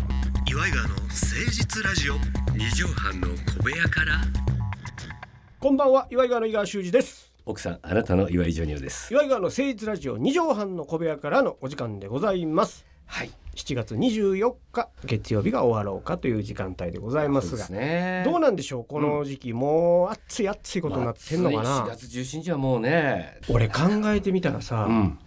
イガーの誠実ラジオ二畳半の小部屋からこんばんは岩井川の井川修司です奥さんあなたの岩井ジョニオです岩井川の誠実ラジオ二畳半の小部屋からのお時間でございますはい7月24日月曜日が終わろうかという時間帯でございますがねどうなんでしょうこの時期、もう暑い暑いことになってんのかな、まあ暑い4月17日はもうね俺考えてみたらさ、うん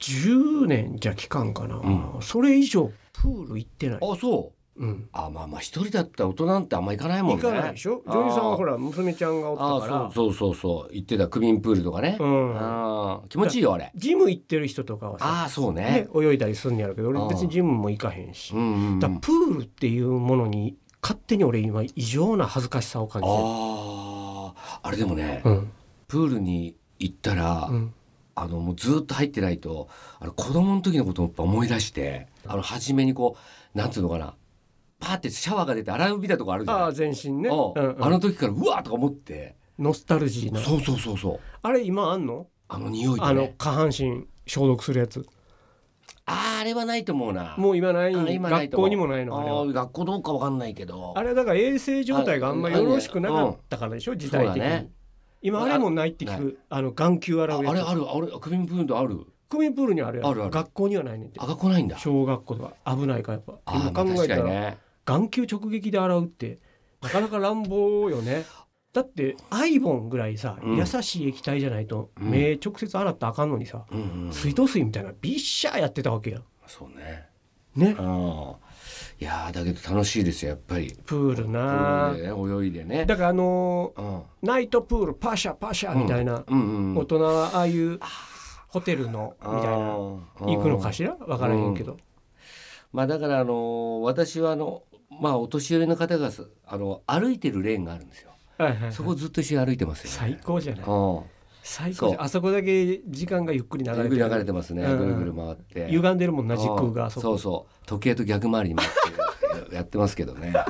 10年じゃ期間かな、うそれ以上プール行ってない、あそううん、あまあまあ一人だったら大人なんてあんま行かないもん行ねかないでしょジョニーさんはほら娘ちゃんがおあったからあそうそうそうそう行ってた区民プールとかね、うんああ気持ちいいよあれジム行ってる人とかはさ、ああそうねね、泳いだりするんやろうけどああ俺別にジムも行かへんしうんうんうんだからプールっていうものに勝手に俺今異常な恥ずかしさを感じてるあああれでもね、うんプールに行ったら、うんあのもうずーっと入ってないとあの子供の時のことをやっぱ思い出してあの初めにこうなんつうのかなパーってシャワーが出て洗うびたとこあるじゃあなあい全身ね、うんうんうんあの時からうわーとか思ってノスタルジーなそうそうそうそうあれ今あんのあの匂いとあのね下半身消毒するやつあーあれはないと思うなもう今ないあ今ない学と思校うにもないのあれはあー学校どうかわかんないけどあれはだから衛生状態があんまよろしくなかったからでしょ時代そう的だねに今あれもないって聞くあの眼球洗あうあれやつあるあれクビンプールとある区民プールにあるやつあるある学校にはないねんてあがこないんだ小学校とか危ないからやっぱあ今ーまあ考え確かたにらね眼球直撃で洗うってなかなか乱暴よ ねだってアイボンぐらいさ、うん優しい液体じゃないとうん目直接洗ったらあかんのにさ、うんうん水道水みたいなビッシャーやってたわけやそうねねうんいやーだけど楽しいですよやっぱりプールプーなルでね泳いでねだからあのうんーナイトプールパシャパシャみたいな、うんうん大人はああいうホテルのみたいな行くのかししらわからへんけど、まあだからあのー私はあのまあお年寄りの方がすあの歩いてるレーンがあるんですよはいはいはいそこずっと一緒に歩いてますよ、最高じゃないうん最高じゃそんあそこだけ時間がゆっくり流れぐてるぐる流れてますねうんぐるぐる回って歪んでるもんな時空うがんそそこうそう時計と逆回りに回ってやってますけど ねあ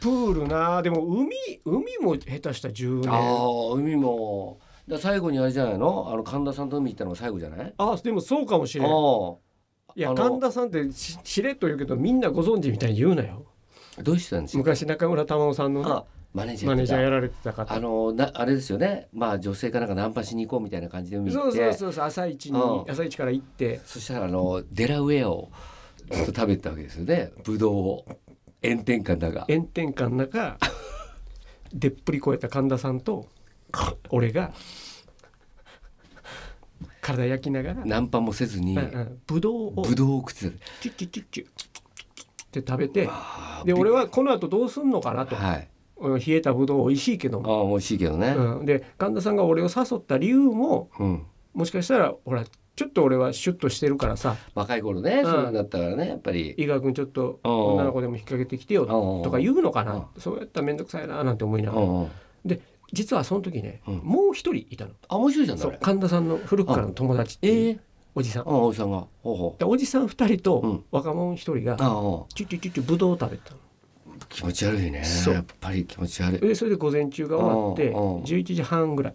プールなでも海海も下手したら10年あー海もだから最後にあれじゃないのあの神田さんと海行ったのが最後じゃないあでもそうかもしれんあいやあの神田さんってししれっと言うけどみんなご存知みたいに言うなよあどうしてたんですか昔中村玉緒さんのねあマネージャーマやネーってジたャーやられてた方あのなあれですよねまあ女性かなんかナンパしに行こうみたいな感じで海行そっうてそうそうそう朝一にうん朝一から行ってそしたらあのデラウェアをずっと食べてたわけですよねブドウを炎天下の中炎天下の中でっぷり超えた神田さんと俺が体焼きながら、ナンパもせずにうんうんぶどうをブドウを食ってチュッチュッチュッチュッって食べてたあーでびっ俺はこの後どうすんのかなとはいうん冷えたぶどう美味しいけどあも、ー美味しいけどねうん、で神田さんが俺を誘った理由もうん、もしかしたらほらちょっと俺はシュッとしてるからさ若い頃ね、んそうなんだったからねやっぱり伊賀君ちょっとうん女の子でも引っ掛けてきてようんとか言うのかな、うんそうやったら面倒くさいななんて思いなうがら、んうんで実はその時ね、うんもう一人いたのあ面白いじゃんそそうれ神田さんの古くからの友達ってえいうー、おじさん、あおじさんがほうほうでおじさん二人うとん若者一人があーチュチュチュチュぶどう食べてたの気持ち悪いねそうやっぱり気持ち悪いでそれで午前中が終わってうんうん11時半ぐらい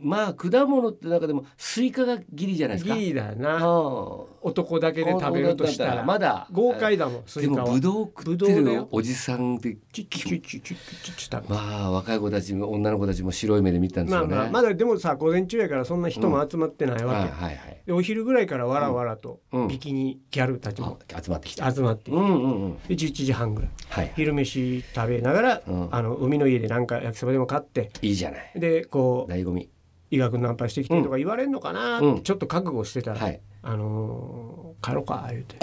まあ果物って中でもスイカがギリじゃないですかギリだあなー男だけで食べるとしたらまだ豪快だもんスでイカもはブドウを食ってぶどうだるよおじさんってチュッチュチュッチュチュッチュチュッチュ食べるまあ若い子たちも女の子たちも白い目で見てたんですまあよね。まあまだでもさ午前中やからそんな人も集まってないわけ、はいはいはい。でお昼ぐらいからわらわらとうんビキニギャルたちもあ集まってきた。集まってうんうんうん。で11時半ぐらいはい。昼飯食べながら、うんあの海の家でなんか焼きそばでも買っていいじゃない。でこう醍醐味。医学ナンパしてきてとか言われんのかなって、うんちょっと覚悟してたら、はい。あのー帰ろうか言うて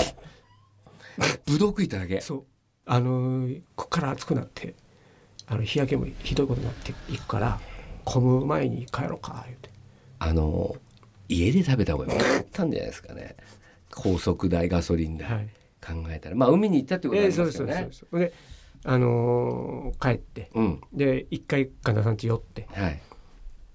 ブドウ食いただけ。そうあのーこっから暑くなってあの日焼けもひどいことになっていくから混む前に帰ろうか言うてあの家で食べた方がよかったんじゃないですかね。高速代ガソリン代、はい考えたらまあ海に行ったってことえなえんそうでですすそうよですそうねで。すほんであのー帰ってうん。で一回神田さん家寄ってはい。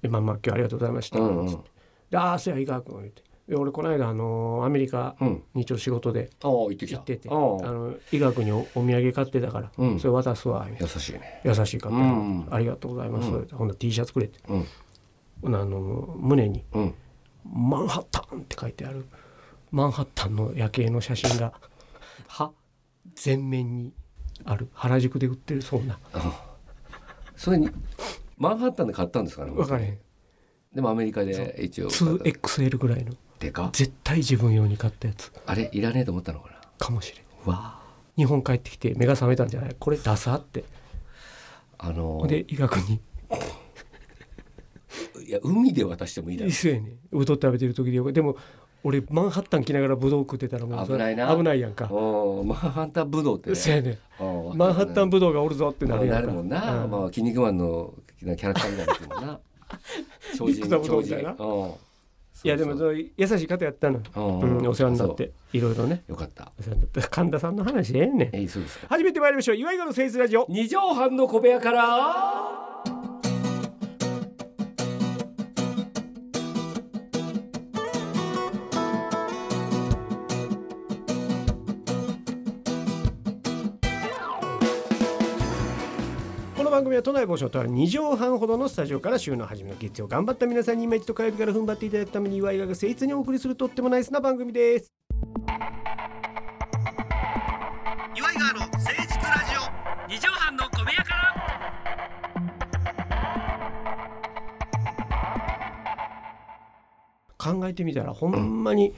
で「まあまあ今日はありがとうございました」うんうつっんて。でああそうや井川君」言うてで俺この間、あのーアメリカうん。に一応仕事でああ行ってきた。行ってて「あああ。の井川君におお土産買ってたから、うんそれ渡すわ」言うて優しいね。優しい方、うんありがとうございます」うほんなら T シャツくれてうんほんならあのー胸にうん。 「マンハッタン」って書いてあるマンハッタンの夜景の写真がは全面にある原宿で売ってるそうなそれにマンハッタンで買ったんですかね分かれへんでもアメリカで一応 2XL ぐらいのでか絶対自分用に買ったやつあれいらねえと思ったのかなかもしれんわ日本帰ってきて目が覚めたんじゃないこれダサってああのほんで医学にいや海で渡してもいいだろそうやねぶどう食べてる時でよかでも俺マンハッタン着ながらぶどう食ってたらもうそれ危ないな危ないやんかうんマンハッタンブドウってねそうやねうんマンハッタンぶどうがおるぞってなるやなんかるもんな、うんまあ筋肉マンのキャラクターみたいになってるもん な超ビッグダムドンみたいな超人うんいやでもそそうそうう優しい方やったの、うんうん、お世話になっそうていろいろねよかったお世話になって神田さんの話ええねんえいそうですか初めて参りましょう岩井川の聖実ラジオ二畳半の小部屋からこの番組は都内某所とある2畳半ほどのスタジオから週の初めの月曜頑張った皆さんに今一度火曜日から踏ん張っていただくために岩井川が誠実にお送りするとってもナイスな番組です岩井川の誠実ラジオ二畳半の小部屋から考えてみたらほんまに、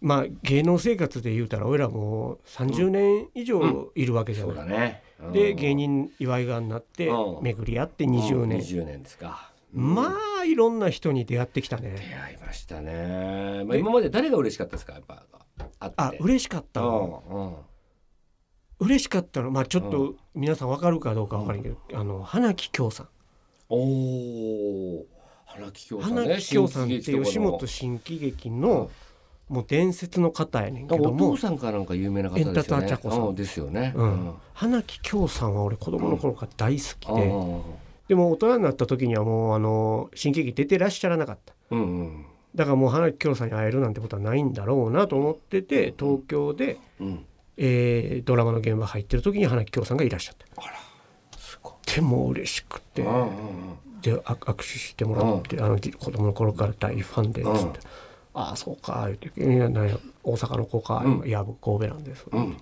まあ芸能生活で言うたら俺らもう30年以上いるわけじゃそなうい、だねうんで芸人岩井川になってうん巡り合ってう20ん年、 20年ですかまああいろんな人に出会ってきた出ね会いましたね、まあ、今まで誰が嬉しかったですかやっぱあってあ嬉しかったのうんうん嬉しかったのまあちょっと皆さんわかるかどうかわからんけど、あの花木京さんおお花木京さんね花木京さんって新喜劇とかの吉本新喜劇のもう伝説の方やねんけおど父もさんかなんか有名な方ですよね。エンタツアチャコさんうですよね。うん花木京さんは俺子供の頃から大好きうんで、でも大人になった時にはもうあの新喜劇出てらっしゃらなかったうんうんだからもう花木京さんに会えるなんてことはないんだろうなと思ってて東京で、うん。えードラマの現場入ってる時に花木京さんがいらっしゃったすごい。でも嬉しくて、うんうんであ握手してもらって、あのじ子供の頃から大ファンで」つってうん「ああそうか」言って「いやなんや大阪の子か」うんいや僕神戸なんです」うん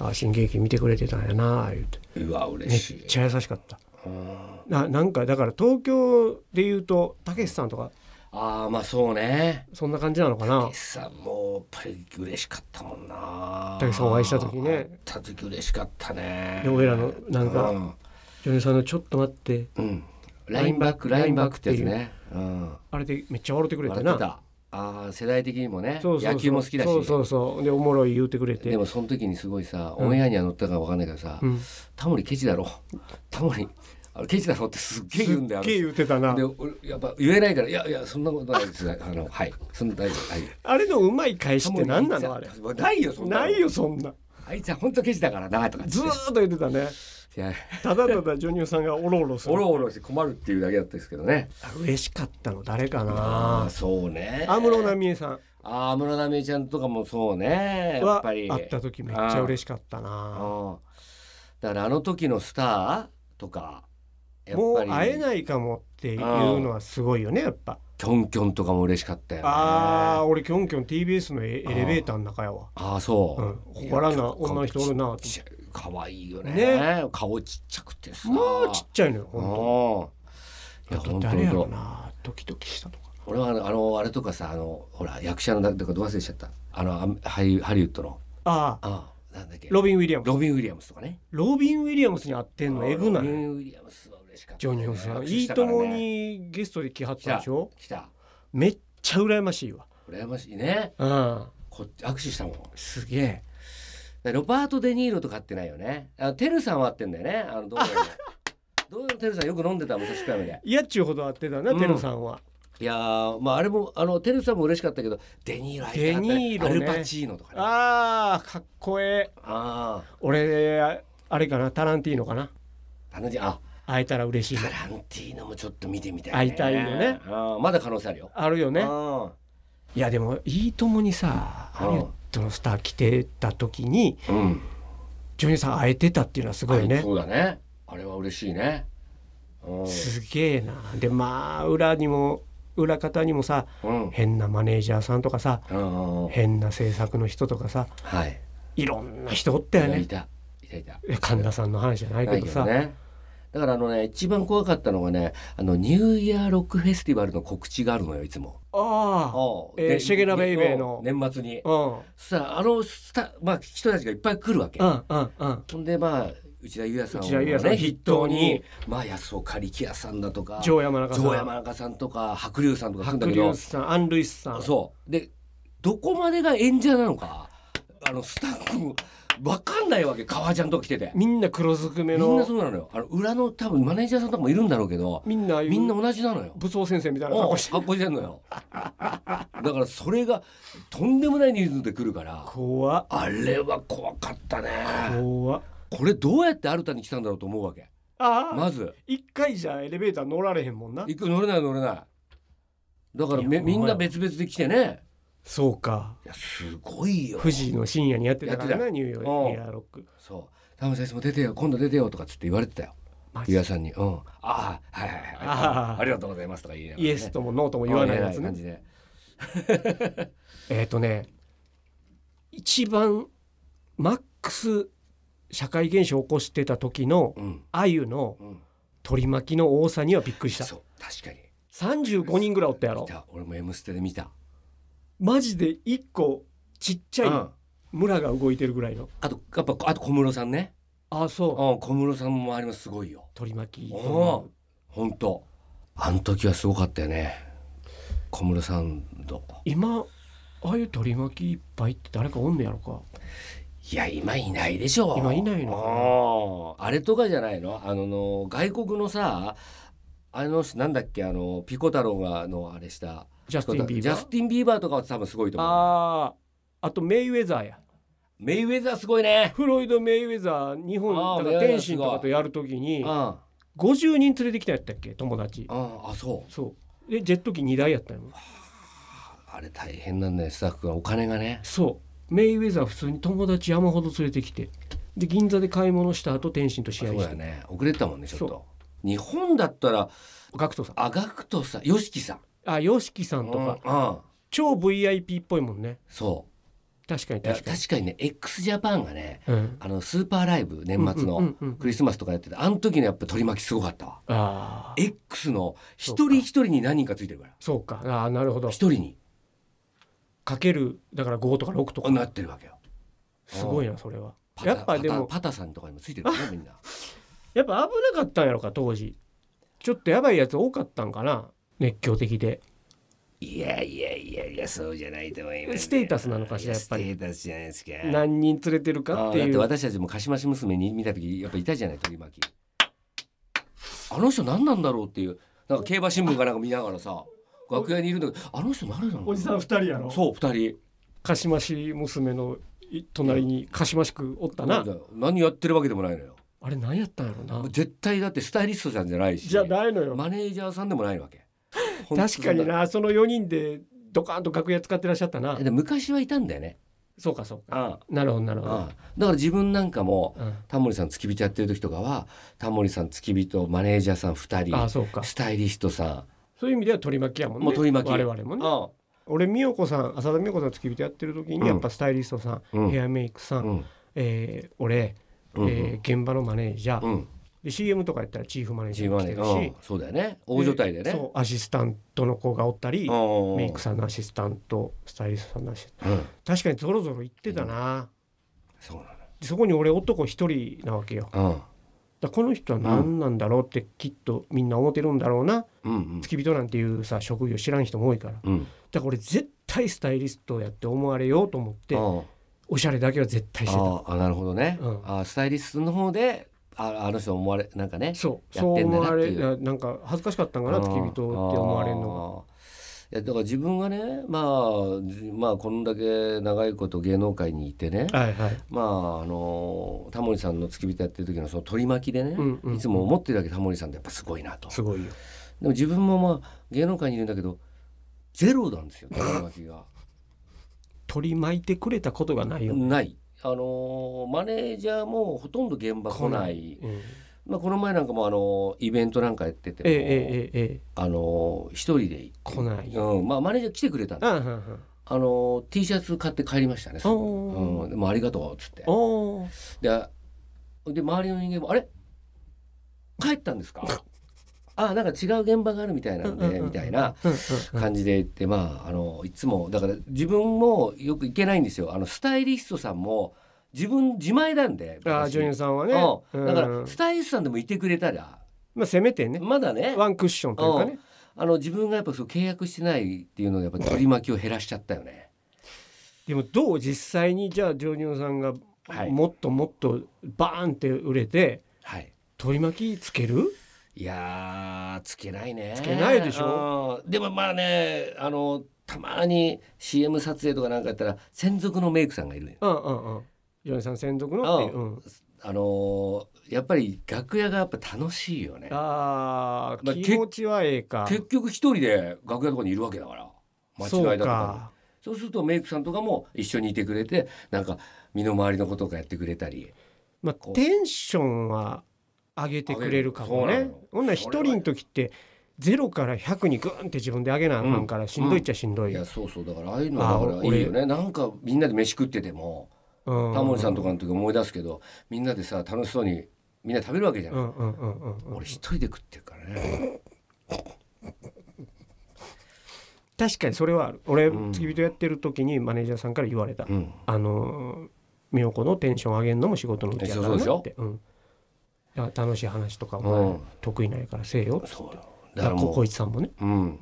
ああ新喜劇見てくれてたんやな」言ってうん。うわめ嬉っしい。ちゃ優しかったうんななんかだから東京で言うとたけしさんとかああまあそうね。そんな感じなのかたなけしさんもやっぱり嬉しかったもんな。たけしさんお会いした時ね会った時嬉しかったね。で俺らのなんか米さんの「ちょっと待ってうん。うんラインバックラインバックってやつね。うん。」あれでめっちゃ笑ってくれ笑たってなた。ああ世代的にもね。そうそうそう野球も好きだし。そうそうそうでおもろい言うてくれてでもその時にすごいさ、うんオンエアには乗ったかわかんないけどさ、うん、タモリケチだろタモリあのケチだろってすっげえ言うんだよすっげえ言うてたあなの人で俺やっぱ言えないからいやいやそんなことないですあのはいそんな大丈夫はいあれのうまい返しタっモてリ何なのあれケチだないよそんなのないよそんなあいつは本当ケチだからなとかずっーっと言ってたねていやただただジョニオさんがおろおろするおろおろして困るっていうだけだったんですけどね嬉しかったの誰かあなあそうね安室奈美恵さんあー安室奈美恵ちゃんとかもそうねやはっぱり会った時めっちゃ嬉しかったなうんだからあの時のスターとかやっもぱうり会えないかもっていうのはすごいよねやっぱキョンキョンとかも嬉しかったよねあー俺キョンキョン TBS のエエあーレベーターの中やわああそうう、ん小柄な女の人おるなと思ってちっちゃい可愛いよねね顔ちっちゃくてさもうちっちゃいのよ本本当当いやあと本当誰やろ本当なドキドキしたとか俺はあのあのあれとかさあのほら役者のなんだかど忘れしちゃったあのあハリハリウッドのああああなんだっけロビン・ウィリアムスロビン・ウィリアムスとかねロビン・ウィリアムスに会ってんのエグなロいビン・ウィリアムスは嬉しかったジョニオさん握手いいしたかとらねもにゲストで来はったでしょ来ためっちゃ羨ましいわ羨ましいねうんこっち握手したもんだかすげえらロバート・デ・ニーロとか会ってないよねあのテルさんは会ってんだよねあ のどうもどうもテルさんよく飲んでた武蔵小山でいやっちゅうほど会ってたな、うんテルさんは。いやーまああれもあのテルさんも嬉しかったけどデニーロ入ってはったデニーロねアルパチーノとかねああーかっこええ。あ俺ああれかなタランティーノかなーあのじあ会えたら嬉しいタな。ランティーノもちょっと見てみたい、会いたいよねあーまだ可能性あるよあるよね。あいやでもいいともにさハリウッドのスター来てた時にーうんジョニーさん会えてたっていうのはすごいあね。そうだねあれは嬉しいねうんすげえな。でまあ裏にも裏方にもさうん変なマネージャーさんとかさうん変な制作の人とかさはいいろんな人おったよいねたいたいたえ神田さんの話じゃないなけいどけさどねだからあのね一番怖かったのがねあのニューイヤーロックフェスティバルの告知があるのよいつもあおうえーでシェゲナベイベーの年末にあうんそしたらあのスタまあ人たちがいっぱい来るわけうんうんうんほんでまあ内田裕也さん内田裕也さんね筆筆頭頭ににまあ安岡力也さんだとか城山中さん城山中さんとか白龍さんとか来るんだ白け龍どさんアン・ルイスさんそうでどこまでが演者なのかあのスタッフも分かんないわけ革ジャンとか来ててみんな黒ずくめみんなのそうなのよあの裏の多分マネージャーさんとかもいるんだろうけどみんなああいうみんな同じなのよ。武装先生みたいなお格う好して格好してんのよだからそれがとんでもない人数で来るから怖っあれは怖かったね怖っこれどうやってアルタに来たんだろうと思うわけああまず一回じゃエレベーター乗られへんもんな行く乗れない乗れないだからいやめみほんんまやな別々で来てねそうかいやすごいよ富士の深夜にやってたかやらってなニューヨうーんクエアロックそう「田村先生も出てよ今度出てよ」とかっつって言われてたよマジ岩井さんに「うんああはいはいはいああーりがとうございます」とか言いながらイねエスともノーとも言わないやつうんね感じでえっ、とね一番マックス社会現象を起こしてた時のうんアユのうん取り巻きの多さにはびっくりしたそう確かに35人ぐらいおったやろ見た俺も「M ステ」で見たマジで1個ちっちゃういん村が動いてるぐらいのあとやっぱあと小室さんねああそううん小室さんも周りもすごいよ取り巻きお本当あの時はすごかったよね小室さんと今ああいう取り巻きいっぱいって誰かおんねやろかいや今いないでしょ今いないのあれとかじゃないのあのの外国のさあのなんだっけあのピコ太郎があのあれしたジャスティン・ビージャバスーティン・ビーバーとかは多分すごいと思うあああとメイウェザーやメイウェザーすごいねフロイド・メイウェザー日あ本だーからメイウェザー天心とかとやるときうにんあ50人連れてきたやったっけ友達あそうそうでジェット機2台やったよあれ大変なんだよスタッフがお金がねそうメイウェザー普通に友達山ほど連れてきてで銀座で買い物した後天心と試合そしうだて、よね遅れてたもんねちょっそと日本だったらガクトさんあガクトさん YOSHIKI さんあ YOSHIKI さんとか、うんうん超 VIP っぽいもんねそう確かにいや確かに確かにね x ジャパンがねうんあのスーパーライブ年末うんうのんうんうんクリスマスとかやっててあの時のやっぱ取り巻きすごかったわああ X のそ一うか人一人に何人かついてるからそうかああなるほど一人にかけるだから5とか6とかなってるわけよすごいなそれはパタやっぱでもパタパタさんとかにもついてるからねみんなやっぱ危なかったんやろか当時ちょっとやばいやつ多かったんかな熱狂的で いやいやいやいやそうじゃないと思います、ね、ステータスなのかしらいやっぱりステータスじゃないですか何人連れてるあかっーてだっいてう私たちもかしまし娘に見た時やっぱいたじゃない取り巻きあの人何なんだろうっていうなんか競馬新聞かなんか見ながらさ楽屋にいるんだけどあの人誰なの2人やろそう二人かしまし娘のい隣にかしましくおったな何やってるわけでもないのよあれ何やったんやろな絶対だってスタイリストさんじゃないしじゃないのよマネージャーさんでもないわけ 確かになその4人でドカーンと楽屋使ってらっしゃったなえで昔はいたんだよねそうかそうかあなるほどなるあほどだから自分なんかもうんタモリさん付き人やってる時とかはタモリさん付き人マネージャーさん二ああ人そうかスタイリストさそういう意味では取り巻きやもんねもう取り巻き我々もんね俺美代子さん浅田美代子さん付き人やってる時うにんやっぱスタイリストさん、うんヘアメイクさん、うんえー俺、うんえー現場のマネージャー、うんで CM とかやったらチーフマネージャーも来てるし、うんそうだよね大所帯でねでそうアシスタントの子がおったり、うんメイクさんのアシスタントスタイリストさんのアシスタンうんト確かにゾロゾロ行ってたな、そうなでそこに俺男一人なわけよだかのらこの人は何なんだろうってきっとみんな思ってるんだろうな、うんうん付き人なんていうさ職業知らん人も多いからだかうんうんら俺絶対スタイリストやって思われようと思って、うんおしゃれだけは絶対してたあーあなるほどね、うんあースタイリストの方でああの人思われなんかねそうやそっうてんだ思なわってれいうななんか恥ずかしかったんかな付き人って思われるのがいやだから自分がねまあじまあこんだけ長いこと芸能界にいてねがはいはいまああのタモリさんの付き人やってる時のその取り巻きでね、うんうんいつも思ってるだけタモリさんってやっぱすごいなとすごいよでも自分もまあ芸能界にいるんだけどゼロなんですよ取り巻きが取り巻いてくれたことがないよ、ないあのマネージャーもほとんど現場来ないうんまあ、この前なんかもあのイベントなんかやってても、ええええええあの一人で行って来ないうんまあ、マネージャー来てくれたんだああはんはんあの T シャツ買って帰りましたね。おうん、ーでもありがとうっつって。おーでで周りの人間も「あれ帰ったんですか? 」あなんか違う現場があるみたいなんうんうんでうんみたいなうんうんうん感じで言ってまああのいつもだから自分もよく行けないんですよあのスタイリストさんも自分自前なんであー私女優さんはねうんだからうんスタイリストさんでもいてくれたらまあせめてねまだねワンクッションというかねあの自分がやっぱそう契約してないっていうのでやっぱ取り巻きを減らしちゃったよね。でもどう実際にじゃあジョニオさんがはいもっともっとバーンって売れてはい取り巻きつけるいやーつけないねつけないでしょでもまあねあのたまに CM 撮影とかなんかやったら専属のメイクさんがいるんようんうんうんジョニオさん専属のっていう、うん、あのーやっぱり楽屋がやっぱ楽しいよねあーまあ気持ちはええか結局一人で楽屋とかにいるわけだから間違そいうだとかかそうするとメイクさんとかも一緒にいてくれてなんか身の回りのこととかやってくれたりまあこうテンションは上げてくれるかも上げねるそうなのほんなら一人の時って0から100にグーンって自分で上げなあかんからしんどいっちゃしんどいい、うやんそうそうだからああいうのあはだからいいよねなんかみんなで飯食っててもタモリさんとかの時思い出すけどみんなでさ楽しそうにみんな食べるわけじゃうんうんうんうんうん俺一人で食ってるからね確かにそれはある俺うん付き人やってる時にマネージャーさんから言われた、うんあの美代子のテンション上げるのも仕事のうちやからなえそうでしょって、うん、だから楽しい話とかおう前ん得意なんやからせえよってそうだだかかららもこいつさんもねううん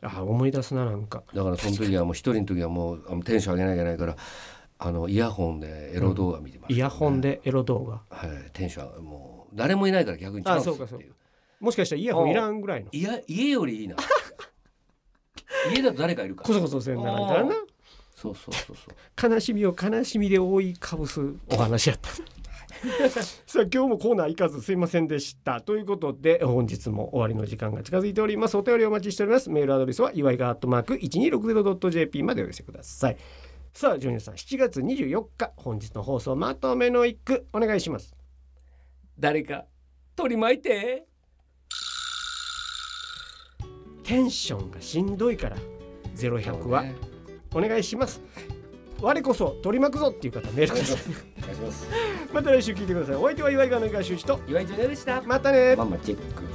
あ思い出すななんかだからその時はもう一人の時はもうあのテンション上げなきゃいけないからあのイヤホンでエロ動画見てましたね、イヤホンでエロ動画はいテンションもう誰もいないから逆にチャンスっていあそうかそううもしかしたらイヤホンいらんぐらいのいや家 よりいいな家だと誰かいるかこそこそせんならんからなそうそうそうそう悲しみを悲しみで覆いかぶすお話やった。 さあ今日もコーナー行かずすいませんでしたということで本日も終わりの時間が近づいておりますお便りお待ちしておりますメールアドレスは祝いがアットマーク 1260.jp までお寄せくださいさあジョニオさん7月24日本日の放送まとめの一句お願いします誰か取り巻いてテンションがしんどいから0100はお願いします我こそ取り巻くぞっていう方メールくおだ願いしさまいすお願いしますまた来週聞いてくださいお相手は祝いがの井川修司と岩井ジョニ男でしたまたねママチェック